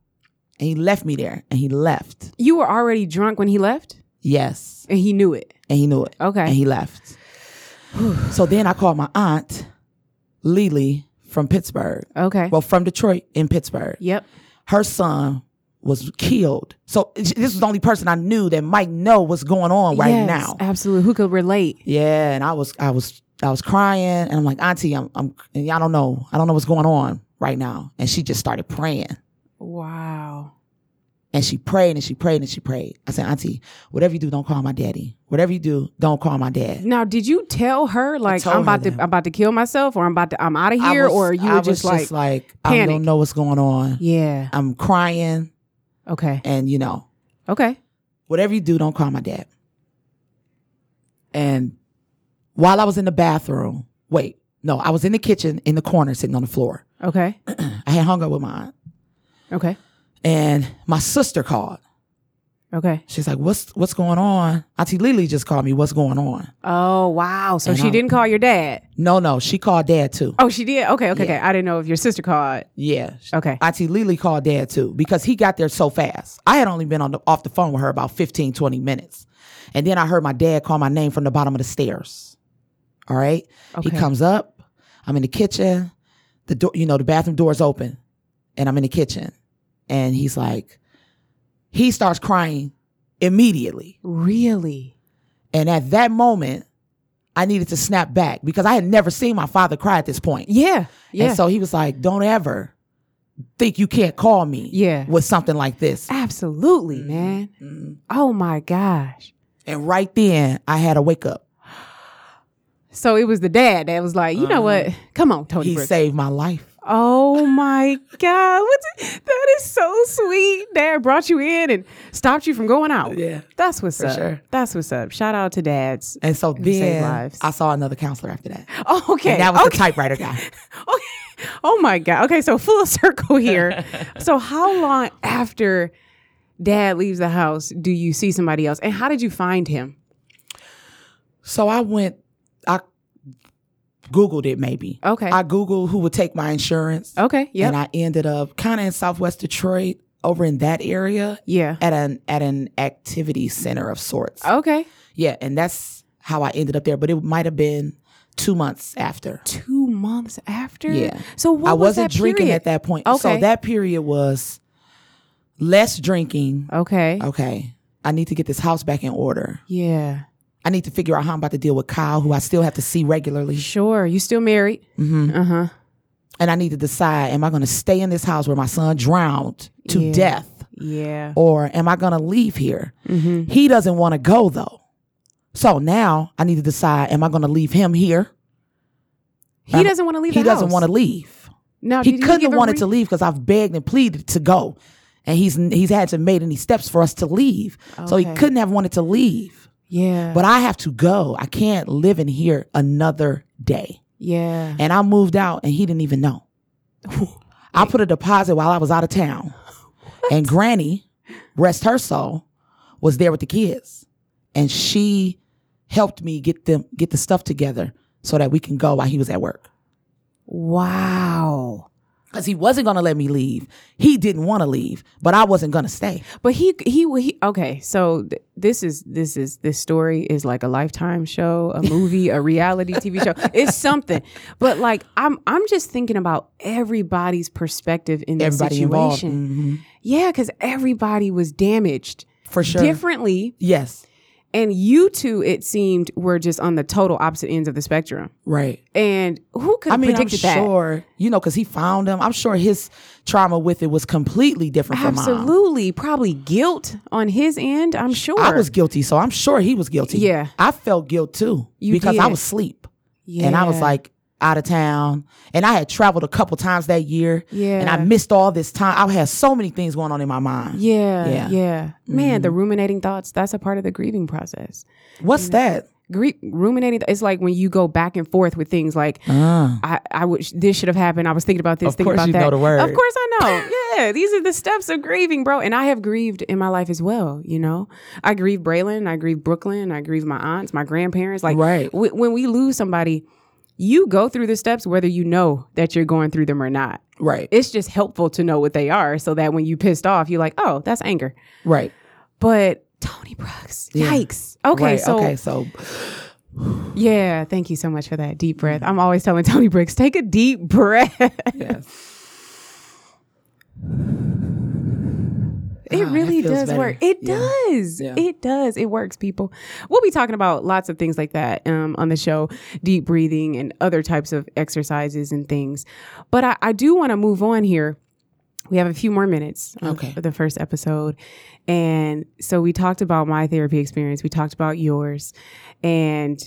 Speaker 3: And he left me there. And he left.
Speaker 2: You were already drunk when he left
Speaker 3: Yes.
Speaker 2: and he knew it.
Speaker 3: and he knew it.
Speaker 2: Okay.
Speaker 3: And he left. so then I called my aunt, Lily, from Pittsburgh.
Speaker 2: Okay.
Speaker 3: Well, from Detroit in Pittsburgh.
Speaker 2: yep.
Speaker 3: Her son was killed. So this was the only person I knew that might know what's going on right
Speaker 2: Yes,
Speaker 3: now.
Speaker 2: Absolutely. Who could relate?
Speaker 3: Yeah, and I was I was I was crying and I'm like, Auntie, I'm I'm and I don't know. I don't know what's going on right now. And she just started praying.
Speaker 2: Wow.
Speaker 3: And she prayed and she prayed and she prayed. I said, Auntie, whatever you do, don't call my daddy. Whatever you do, don't call my dad.
Speaker 2: Now, did you tell her like
Speaker 3: told
Speaker 2: I'm about to
Speaker 3: her that.
Speaker 2: I'm about to kill myself or I'm about to I'm out of here
Speaker 3: I was,
Speaker 2: or you
Speaker 3: I
Speaker 2: were
Speaker 3: was
Speaker 2: just like,
Speaker 3: like I
Speaker 2: panic.
Speaker 3: don't know what's going on.
Speaker 2: yeah.
Speaker 3: I'm crying,
Speaker 2: Okay.
Speaker 3: and you know,
Speaker 2: Okay.
Speaker 3: whatever you do, don't call my dad. And while I was in the bathroom, wait, no, I was in the kitchen in the corner sitting on the floor.
Speaker 2: Okay.
Speaker 3: I had hung up with my aunt,
Speaker 2: Okay.
Speaker 3: and my sister called.
Speaker 2: Okay.
Speaker 3: She's like, "What's what's going on?" Auntie Lily just called me. What's going on?
Speaker 2: Oh wow! So
Speaker 3: And
Speaker 2: she
Speaker 3: I'm-
Speaker 2: didn't call your dad.
Speaker 3: No, no, she called dad too.
Speaker 2: Oh, she did. Okay, okay,
Speaker 3: Yeah.
Speaker 2: okay. I didn't know if your sister called.
Speaker 3: Yeah,
Speaker 2: Okay,
Speaker 3: Auntie Lily called dad too because he got there so fast. I had only been on the, off the phone with her about 15, 20 minutes. And then I heard my dad call my name from the bottom of the stairs. All right.
Speaker 2: okay.
Speaker 3: He comes up. I'm in the kitchen. The door, you know, the bathroom door's open and I'm in the kitchen. And he's like, he starts crying immediately.
Speaker 2: Really?
Speaker 3: And at that moment, I needed to snap back because I had never seen my father cry at this point.
Speaker 2: Yeah. Yeah.
Speaker 3: And so he was like, don't ever think you can't call me
Speaker 2: Yeah.
Speaker 3: with something like this.
Speaker 2: Absolutely,
Speaker 3: Mm-hmm.
Speaker 2: man. Oh my gosh.
Speaker 3: And right then, I had a wake up.
Speaker 2: So it was the dad that was like, you know what? Come on, Tony.
Speaker 3: Uh-huh. He
Speaker 2: Brooks.
Speaker 3: saved my life.
Speaker 2: oh my God. What's it? That is so sweet. Dad brought you in and stopped you from going out.
Speaker 3: Yeah,
Speaker 2: That's what's up.
Speaker 3: sure.
Speaker 2: That's what's up. Shout out to dads.
Speaker 3: And so
Speaker 2: saved
Speaker 3: then
Speaker 2: lives.
Speaker 3: I saw another counselor after that.
Speaker 2: Oh, okay.
Speaker 3: And that was
Speaker 2: okay.
Speaker 3: the typewriter guy.
Speaker 2: Okay. Oh my God. Okay, so full circle here. so how long after dad leaves the house do you see somebody else? And how did you find him?
Speaker 3: So I went, I Googled it maybe.
Speaker 2: Okay.
Speaker 3: I Googled who would take my insurance.
Speaker 2: okay. Yep.
Speaker 3: And I ended up kind of in Southwest Detroit over in that area
Speaker 2: yeah.
Speaker 3: at an at an activity center of sorts.
Speaker 2: Okay.
Speaker 3: Yeah, and that's how I ended up there. But it might have been two months after.
Speaker 2: Two months after?
Speaker 3: Yeah.
Speaker 2: So what
Speaker 3: I
Speaker 2: was
Speaker 3: wasn't
Speaker 2: that
Speaker 3: drinking
Speaker 2: period?
Speaker 3: at that point.
Speaker 2: Okay.
Speaker 3: So that period was less drinking.
Speaker 2: Okay.
Speaker 3: Okay. I need to get this house back in order.
Speaker 2: Yeah.
Speaker 3: I need to figure out how I'm about to deal with Kyle, who I still have to see regularly.
Speaker 2: Sure. You still married?
Speaker 3: hmm
Speaker 2: Uh huh.
Speaker 3: And I need to decide am I going to stay in this house where my son drowned to
Speaker 2: Yeah.
Speaker 3: death
Speaker 2: Yeah.
Speaker 3: or am I going to leave here?
Speaker 2: Mm-hmm.
Speaker 3: He doesn't want to go though. So now I need to decide am I going to leave him here
Speaker 2: He doesn't want to leave.
Speaker 3: He
Speaker 2: the
Speaker 3: doesn't
Speaker 2: house.
Speaker 3: want to leave.
Speaker 2: Now
Speaker 3: He
Speaker 2: did
Speaker 3: couldn't
Speaker 2: give
Speaker 3: have
Speaker 2: a
Speaker 3: wanted
Speaker 2: re-
Speaker 3: to leave because I've begged and pleaded to go, and he's he's had to made any steps for us to leave. So he
Speaker 2: Okay.
Speaker 3: couldn't have wanted to leave.
Speaker 2: Yeah,
Speaker 3: But I have to go. I can't live in here another day.
Speaker 2: yeah.
Speaker 3: And I moved out, and he didn't even know. I put a deposit while I was out of town, and Granny, rest her soul, was there with the kids, and she helped me get them get the stuff together so that we can go while he was at work.
Speaker 2: Wow.
Speaker 3: Cause he wasn't gonna let me leave. He didn't want to leave, but I wasn't gonna stay.
Speaker 2: But he he he. Okay, so th- this is this is this story is like a lifetime show, a movie, a reality TV show. It's something. But like I'm I'm just thinking about everybody's perspective in this
Speaker 3: Everybody involved,
Speaker 2: situation.
Speaker 3: Mhm.
Speaker 2: Yeah, because everybody was damaged
Speaker 3: for sure.
Speaker 2: differently,
Speaker 3: Yes,
Speaker 2: and you two, it seemed, were just on the total opposite ends of the spectrum.
Speaker 3: right.
Speaker 2: And who could
Speaker 3: I
Speaker 2: have
Speaker 3: mean, I'm
Speaker 2: predicted that?
Speaker 3: sure you know because he found him. I'm sure his trauma with it was completely different from mine.
Speaker 2: Absolutely, probably guilt on his end. I'm sure.
Speaker 3: I was guilty, so I'm sure he was guilty.
Speaker 2: Yeah.
Speaker 3: I felt guilt too
Speaker 2: You
Speaker 3: because I
Speaker 2: did.
Speaker 3: was asleep
Speaker 2: yeah.
Speaker 3: and I was like out of town and I had traveled a couple times that year
Speaker 2: yeah,
Speaker 3: and I missed all this time. I had so many things going on in my mind.
Speaker 2: yeah,
Speaker 3: Yeah. Mm-hmm.
Speaker 2: yeah, Man, the ruminating thoughts—that's a part of the grieving process.
Speaker 3: What's that?
Speaker 2: Gre- ruminating its like when you go back and forth with things like
Speaker 3: Uh,
Speaker 2: I, I wish this should have happened. I was thinking about this,
Speaker 3: Of
Speaker 2: thinking
Speaker 3: course
Speaker 2: about
Speaker 3: you
Speaker 2: that.
Speaker 3: know the word.
Speaker 2: Of course I know. yeah, these are the steps of grieving, bro. And I have grieved in my life as well. You know, I grieve Braylon, I grieve Brooklyn, I grieve my aunts, my grandparents. Like
Speaker 3: Right.
Speaker 2: wh- when we lose somebody, you go through the steps whether you know that you're going through them or not.
Speaker 3: right,
Speaker 2: It's just helpful to know what they are, so that when you pissed off, you're like, oh, that's anger.
Speaker 3: right.
Speaker 2: But Tony Brooks,
Speaker 3: Yeah.
Speaker 2: yikes. Okay,
Speaker 3: right.
Speaker 2: so
Speaker 3: okay, so
Speaker 2: yeah, thank you so much for that deep breath.
Speaker 3: Mm.
Speaker 2: I'm always telling Tony Brooks, take a deep breath.
Speaker 3: yes,
Speaker 2: It
Speaker 3: Ah, that
Speaker 2: really
Speaker 3: feels
Speaker 2: does
Speaker 3: better.
Speaker 2: work. It
Speaker 3: Yeah.
Speaker 2: does.
Speaker 3: Yeah.
Speaker 2: It does. It works, people. We'll be talking about lots of things like that um, on the show deep breathing and other types of exercises and things. But I, I do want to move on here. We have a few more minutes of
Speaker 3: Okay.
Speaker 2: the first episode. And so we talked about my therapy experience, we talked about yours. And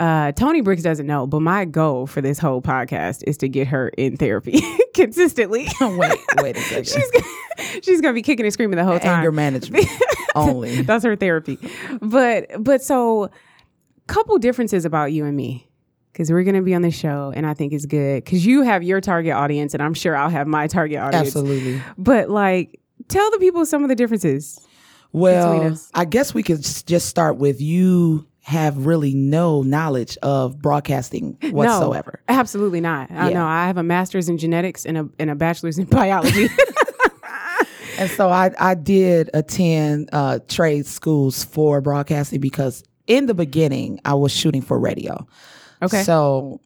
Speaker 2: uh, Tony Brooks doesn't know, but my goal for this whole podcast is to get her in therapy consistently.
Speaker 3: wait, wait a second.
Speaker 2: she's gonna, she's gonna be kicking and screaming the whole time.
Speaker 3: Anger management only.
Speaker 2: That's her therapy. But but so couple differences about you and me because we're gonna be on the show and I think it's good because you have your target audience and I'm sure I'll have my target audience.
Speaker 3: Absolutely.
Speaker 2: But like, tell the people some of the differences. between
Speaker 3: Well,
Speaker 2: us.
Speaker 3: I guess we could s- just start with you have really no knowledge of broadcasting whatsoever.
Speaker 2: No, absolutely not. I
Speaker 3: Yeah.
Speaker 2: know I have a master's in genetics and a and a bachelor's in biology.
Speaker 3: And so I, I did attend uh, trade schools for broadcasting because in the beginning I was shooting for radio.
Speaker 2: okay.
Speaker 3: So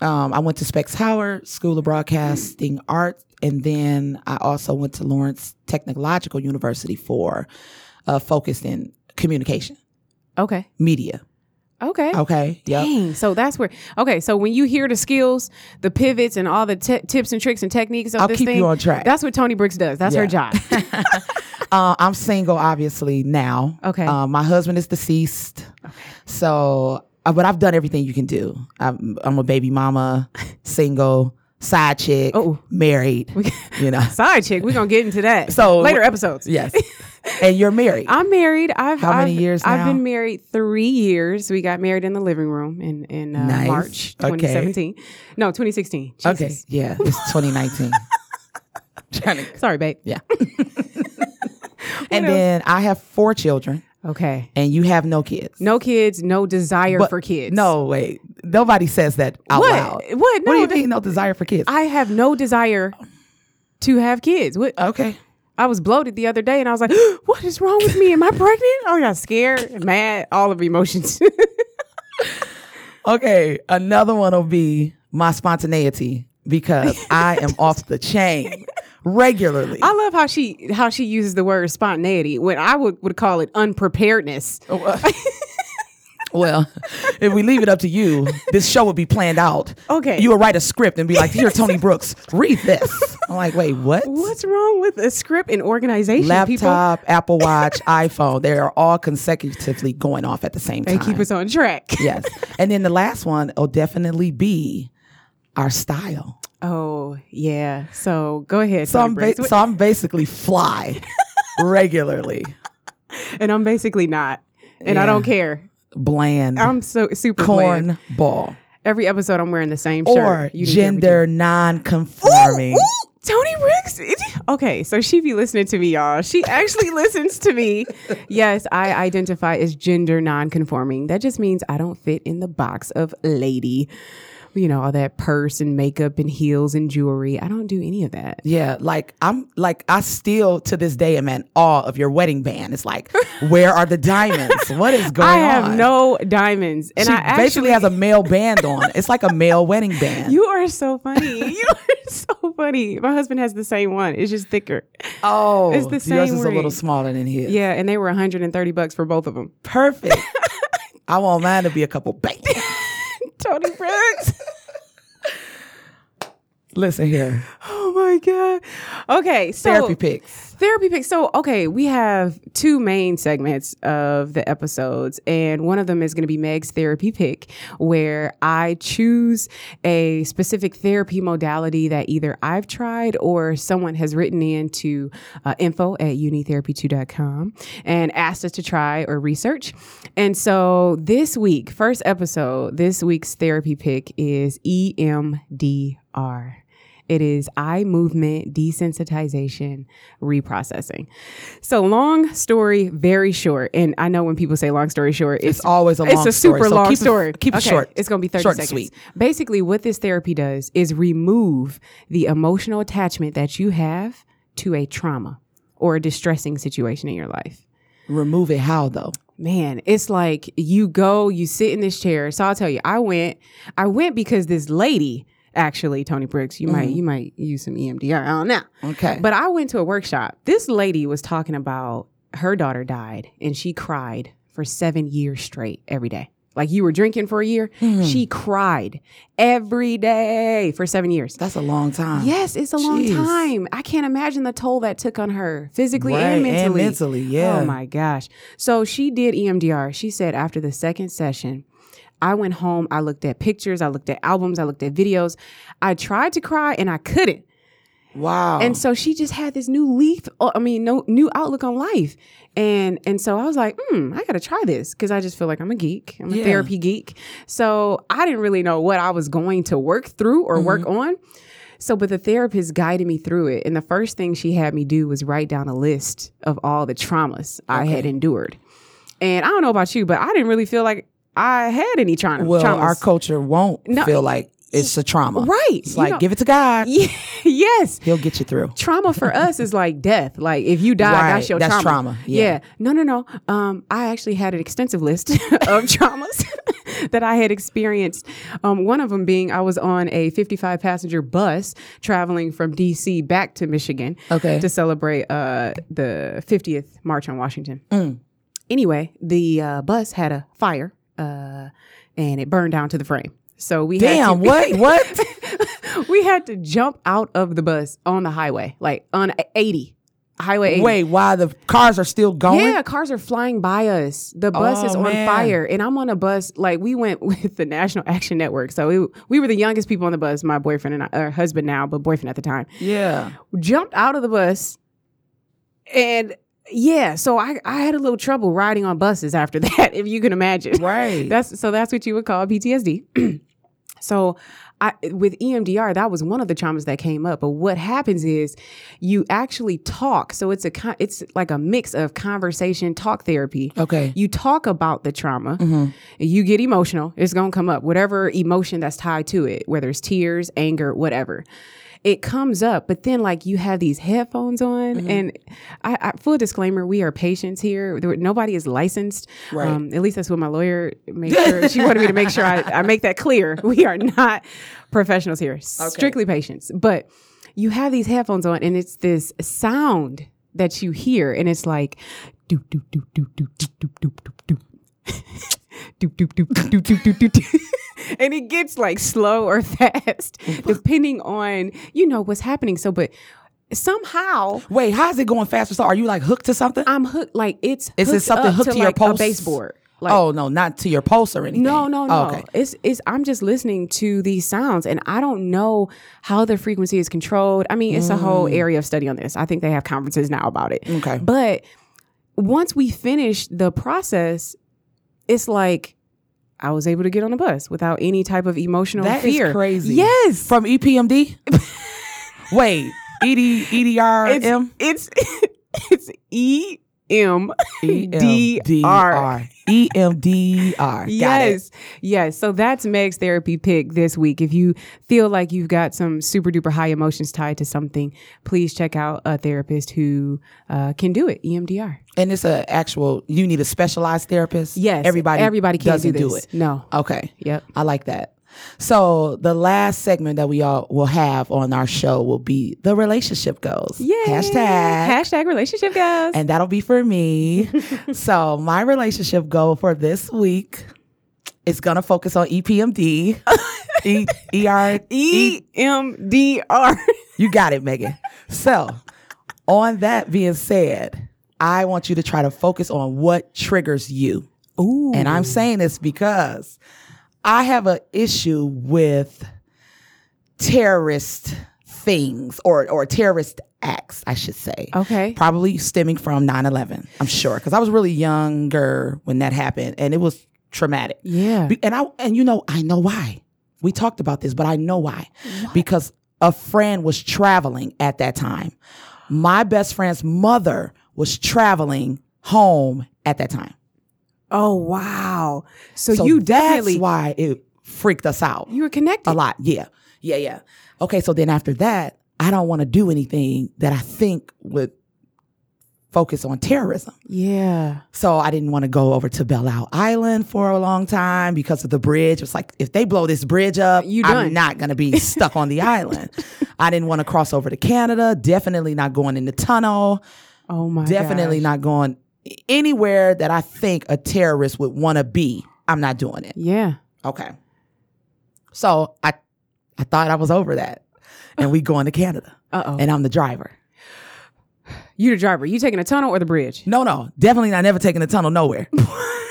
Speaker 3: um, I went to Specs Howard School of Broadcasting Arts, and then I also went to Lawrence Technological University for uh, focused in communication,
Speaker 2: okay.
Speaker 3: media.
Speaker 2: Okay.
Speaker 3: Okay. Oh, Yep.
Speaker 2: Dang. So that's where. Okay. So when you hear the skills, the pivots, and all the t- tips and tricks and techniques of
Speaker 3: I'll
Speaker 2: this
Speaker 3: keep
Speaker 2: thing,
Speaker 3: you on track.
Speaker 2: that's what Tony Brooks does. That's
Speaker 3: Yeah.
Speaker 2: her job.
Speaker 3: Uh, I'm single, obviously now.
Speaker 2: Okay.
Speaker 3: Uh, my husband is deceased. So, uh, but I've done everything you can do. I'm, I'm a baby mama, single, side chick,
Speaker 2: Oh.
Speaker 3: married. you know.
Speaker 2: Side chick. We're gonna get into that.
Speaker 3: So-
Speaker 2: later episodes.
Speaker 3: Yes. and you're married.
Speaker 2: I'm married. I've
Speaker 3: How many
Speaker 2: I've-
Speaker 3: years
Speaker 2: I've
Speaker 3: now?
Speaker 2: been married three years. We got married in the living room in in uh,
Speaker 3: Nice.
Speaker 2: March
Speaker 3: Okay.
Speaker 2: 2017. No, 2016. Jesus.
Speaker 3: okay. Yeah. It's 2019. Trying to-
Speaker 2: Sorry, babe.
Speaker 3: yeah. and then I have four children,
Speaker 2: Okay.
Speaker 3: and you have no kids.
Speaker 2: No kids. No desire
Speaker 3: But-
Speaker 2: for kids.
Speaker 3: No, wait. Nobody says that out
Speaker 2: What?
Speaker 3: loud.
Speaker 2: What?
Speaker 3: what do
Speaker 2: No,
Speaker 3: you
Speaker 2: that-
Speaker 3: mean, no desire for kids?
Speaker 2: I have no desire to have kids. What? uh,
Speaker 3: okay.
Speaker 2: I was bloated the other day and I was like, what is wrong with me? Am I pregnant? Oh, I got scared, mad, all of emotions.
Speaker 3: Okay, another one will be my spontaneity because I am off the chain regularly.
Speaker 2: I love how she how she uses the word spontaneity when I would, would call it unpreparedness.
Speaker 3: well, if we leave it up to you, this show would be planned out.
Speaker 2: Okay.
Speaker 3: You would write a script and be like, here, Tony Brooks, read this. I'm like, wait, what?
Speaker 2: What's wrong with a script and organization? people?
Speaker 3: Laptop, Apple Watch, iPhone, they are all consecutively going off at the same
Speaker 2: They
Speaker 3: time.
Speaker 2: keep us on track.
Speaker 3: yes. And then the last one will definitely be our style.
Speaker 2: Oh yeah. So go ahead.
Speaker 3: So
Speaker 2: Tony
Speaker 3: I'm,
Speaker 2: Brooks.
Speaker 3: ba- so I'm basically fly regularly,
Speaker 2: and I'm basically not, and I
Speaker 3: Yeah.
Speaker 2: don't care.
Speaker 3: bland,
Speaker 2: I'm so super
Speaker 3: corn
Speaker 2: bland.
Speaker 3: ball,
Speaker 2: Every episode, I'm wearing the same
Speaker 3: or
Speaker 2: shirt. You need everything.
Speaker 3: gender non-conforming.
Speaker 2: Ooh, ooh, Tony Brooks. Okay, so she be listening to me, y'all. She actually listens to me. Yes, I identify as gender nonconforming. That just means I don't fit in the box of lady. You know, all that purse and makeup and heels and jewelry. I don't do any of that.
Speaker 3: Yeah, like I'm like I still to this day am in awe of your wedding band. It's like, where are the diamonds? What is going
Speaker 2: I
Speaker 3: on?
Speaker 2: have no diamonds. And
Speaker 3: she
Speaker 2: I actually
Speaker 3: basically has a male band on. It's like a male wedding band.
Speaker 2: You are so funny. You are so funny. My husband has the same one. It's just thicker.
Speaker 3: oh,
Speaker 2: it's the
Speaker 3: yours
Speaker 2: same
Speaker 3: is a
Speaker 2: ring.
Speaker 3: little smaller than his.
Speaker 2: Yeah, and they were 130 bucks for both of them.
Speaker 3: perfect. I want mine to be a couple bangs.
Speaker 2: Tony Brooks.
Speaker 3: Listen here,
Speaker 2: Oh my god. Okay, so
Speaker 3: therapy picks.
Speaker 2: Therapy pick. So, okay, we have two main segments of the episodes, and one of them is going to be Meg's therapy pick, where I choose a specific therapy modality that either I've tried or someone has written in to uh, info at unitherapy2.com and asked us to try or research. And so, this week, first episode, this week's therapy pick is E EMDR. It is eye movement desensitization reprocessing. So long story, very short. And I know when people say long story short, it's,
Speaker 3: It's always a long
Speaker 2: it's a
Speaker 3: story,
Speaker 2: super
Speaker 3: so
Speaker 2: long
Speaker 3: keep it-
Speaker 2: story.
Speaker 3: keep it
Speaker 2: Okay,
Speaker 3: short.
Speaker 2: It's going to be 30
Speaker 3: Short and
Speaker 2: seconds.
Speaker 3: sweet.
Speaker 2: Basically, what this therapy does is remove the emotional attachment that you have to a trauma or a distressing situation in your life
Speaker 3: Remove it how though?
Speaker 2: man it's like you go you sit in this chair so i'll tell you i went i went because this lady actually tony brooks you might you might use some emdr i don't know
Speaker 3: Okay,
Speaker 2: but i went to a workshop this lady was talking about her daughter died and she cried for seven years straight every day like you were drinking for a year she cried every day for seven years
Speaker 3: that's a long time.
Speaker 2: yes it's a long
Speaker 3: Jeez.
Speaker 2: time i can't imagine the toll that took on her physically
Speaker 3: Right,
Speaker 2: and mentally
Speaker 3: mentally, yeah.
Speaker 2: Oh my gosh. So she did E EMDR. She said after the second session, I went home, I looked at pictures, I looked at albums, I looked at videos. I tried to cry and I couldn't.
Speaker 3: Wow.
Speaker 2: And so she just had this new leaf, oh, I mean, no new outlook on life. And and so I was like, hmm, I gotta try this because I just feel like I'm a geek. I'm a
Speaker 3: Yeah.
Speaker 2: therapy geek. So I didn't really know what I was going to work through or work
Speaker 3: Mm-hmm.
Speaker 2: on. So, but the therapist guided me through it. And the first thing she had me do was write down a list of all the traumas I had endured. And I don't know about you, but I didn't really feel like I had any trauma.
Speaker 3: well,
Speaker 2: traumas.
Speaker 3: our culture won't feel like it's a trauma.
Speaker 2: right.
Speaker 3: It's
Speaker 2: you
Speaker 3: like
Speaker 2: know-
Speaker 3: give it to God.
Speaker 2: yes.
Speaker 3: He'll get you through.
Speaker 2: trauma for us is like death. Like if you die, that's
Speaker 3: Right,
Speaker 2: your
Speaker 3: that's
Speaker 2: trauma.
Speaker 3: trauma, yeah.
Speaker 2: No, no, no. Um, I actually had an extensive list of traumas that I had experienced. Um, one of them being I was on a 55 passenger bus traveling from D.C. back to Michigan
Speaker 3: Okay.
Speaker 2: to celebrate uh, the 50th March on Washington.
Speaker 3: Mm.
Speaker 2: Anyway, the uh, bus had a fire uh, and it burned down to the frame. So we had
Speaker 3: Damn,
Speaker 2: to,
Speaker 3: what? What?
Speaker 2: we had to jump out of the bus on the highway, like on 80, highway 80.
Speaker 3: Wait, why the cars are still going?
Speaker 2: Yeah, cars are flying by us. The bus
Speaker 3: Oh,
Speaker 2: is on
Speaker 3: man.
Speaker 2: fire, and I'm on a bus. Like we went with the National Action Network, so we, we were the youngest people on the bus. My boyfriend and I, or husband now, but boyfriend at the time,
Speaker 3: Yeah.
Speaker 2: jumped out of the bus, and yeah, so I I had a little trouble riding on buses after that, if you can imagine.
Speaker 3: Right.
Speaker 2: That's so that's what you would call PTSD. so I with E EMDR, that was one of the traumas that came up. But what happens is you actually talk. So it's a con- it's like a mix of conversation, talk therapy.
Speaker 3: okay.
Speaker 2: You talk about the trauma. You get emotional. It's going to come up, whatever emotion that's tied to it, whether it's tears, anger, whatever. It comes up, but then like you have these headphones on, and I, I full disclaimer, we are patients here. There, nobody is licensed. Um,
Speaker 3: Right.
Speaker 2: at least that's what my lawyer made sure. she wanted me to make sure I, I make that clear. We are not professionals here. Strictly patients, but you have these headphones on and it's this sound that you hear and it's like doop doop doop doop doop doop doop doop doop doop doop doop doop doop doop doop doop doop and it gets like slow or fast depending on you know what's happening so but somehow
Speaker 3: Wait, how's it going faster? So are you like hooked to something?
Speaker 2: I'm hooked like it's
Speaker 3: Is it
Speaker 2: hooked
Speaker 3: something
Speaker 2: up
Speaker 3: hooked
Speaker 2: to,
Speaker 3: to your
Speaker 2: like, a
Speaker 3: pulse?
Speaker 2: baseboard Like,
Speaker 3: oh no, not to your pulse or anything.
Speaker 2: No, no, no.
Speaker 3: Oh, okay.
Speaker 2: It's it's I'm just listening to these sounds and I don't know how the frequency is controlled. I mean, it's a
Speaker 3: Mm.
Speaker 2: whole area of study on this. I think they have conferences now about it.
Speaker 3: Okay.
Speaker 2: But once we finish the process, it's like I was able to get on the bus without any type of emotional
Speaker 3: That is
Speaker 2: fear.
Speaker 3: crazy.
Speaker 2: Yes.
Speaker 3: From E EPMD. Wait, E ED EDRM.
Speaker 2: It's it's it's E M E
Speaker 3: EMDR. EMDR. Got it.
Speaker 2: Yes. Yes. So that's Meg's therapy pick this week. If you feel like you've got some super duper high emotions tied to something, please check out a therapist who uh, can do it, EMDR.
Speaker 3: And it's a actual. You need a specialized therapist.
Speaker 2: Yes.
Speaker 3: Everybody.
Speaker 2: everybody can
Speaker 3: doesn't
Speaker 2: do
Speaker 3: do Uh,
Speaker 2: this.
Speaker 3: it.
Speaker 2: No.
Speaker 3: Okay.
Speaker 2: Yep.
Speaker 3: I like that. So the last segment that we all will have on our show will be the relationship goals.
Speaker 2: Yay.
Speaker 3: Hashtag.
Speaker 2: Hashtag relationship goes.
Speaker 3: and that'll be for me. so my relationship goal for this week is gonna focus on EPMD. E- ER
Speaker 2: E M D R.
Speaker 3: You got it, Megan. So on that being said, I want you to try to focus on what triggers you.
Speaker 2: Ooh.
Speaker 3: And I'm saying this because I have an issue with terrorist things or, or terrorist acts, I should say.
Speaker 2: Okay.
Speaker 3: Probably stemming from 9 11, I'm sure, because I was really younger when that happened and it was traumatic.
Speaker 2: Yeah.
Speaker 3: Be- and I and you know I know why. We talked about this, but I know why. Because a friend was traveling at that time. My best friend's mother was traveling home at that time.
Speaker 2: oh, wow. So,
Speaker 3: So
Speaker 2: you
Speaker 3: that's
Speaker 2: definitely,
Speaker 3: why it freaked us out
Speaker 2: you were connected.
Speaker 3: a lot. Yeah. Yeah, yeah. Okay, so then after that, I don't want to do anything that I think would focus on terrorism.
Speaker 2: Yeah.
Speaker 3: So I didn't want to go over to Belle Isle Island for a long time because of the bridge. It's like if they blow this bridge up,
Speaker 2: You
Speaker 3: I'm
Speaker 2: done.
Speaker 3: not gonna be stuck on the island. I didn't want to cross over to Canada. Definitely not going in the tunnel.
Speaker 2: Oh, my
Speaker 3: Definitely
Speaker 2: gosh.
Speaker 3: not going anywhere that I think a terrorist would want to be. I'm not doing it.
Speaker 2: Yeah.
Speaker 3: Okay. So I I thought I was over that, and we going to Canada,
Speaker 2: Uh oh.
Speaker 3: and I'm the driver.
Speaker 2: You the driver. You taking a tunnel or the bridge?
Speaker 3: No, no, definitely not. Never taking the tunnel nowhere.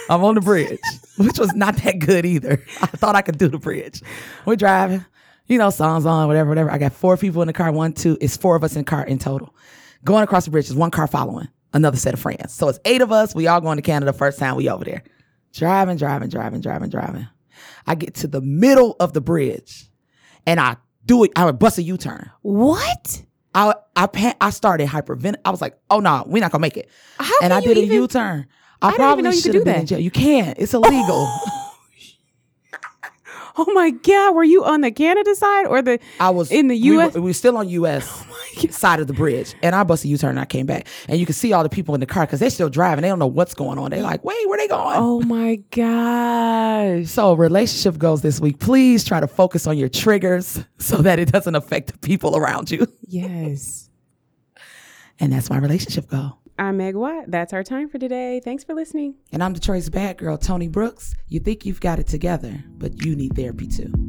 Speaker 3: I'm on the bridge, which was not that good either. I thought I could do the bridge. We're driving, you know, songs on, whatever, whatever. I got four people in the car. One, two, it's four of us in the car in total. Going across the bridge is one car following another set of friends. So it's eight of us. We all going to Canada first time we over there. Driving, driving, driving, driving, driving. I get to the middle of the bridge, and I do it. I would bust a U turn.
Speaker 2: What?
Speaker 3: I I pan, I started hypervent. I was like, oh no, we're not gonna make it.
Speaker 2: How can
Speaker 3: and I
Speaker 2: you
Speaker 3: did
Speaker 2: even-
Speaker 3: a U turn.
Speaker 2: didn't
Speaker 3: I,
Speaker 2: even
Speaker 3: probably
Speaker 2: know you could
Speaker 3: should
Speaker 2: do
Speaker 3: have been
Speaker 2: that.
Speaker 3: in jail. You can't. It's illegal.
Speaker 2: Oh my God, were you on the Canada side or the?
Speaker 3: I was
Speaker 2: In the Oh
Speaker 3: we were-
Speaker 2: US?
Speaker 3: We were, still on U.S. side of the bridge, and I busted a U turn and I came back, and you could see all the people in the car because they're still driving. They don't know what's going on. They're like, wait, where they going?
Speaker 2: Oh my gosh.
Speaker 3: So relationship goals this week. Please try to focus on your triggers so that it doesn't affect the people around you.
Speaker 2: Yes.
Speaker 3: And that's my relationship goal.
Speaker 2: I'm Meg Watt. That's our time for today. Thanks for listening.
Speaker 3: And I'm Detroit's bad girl, Tony Brooks. You think you've got it together, but you need therapy too.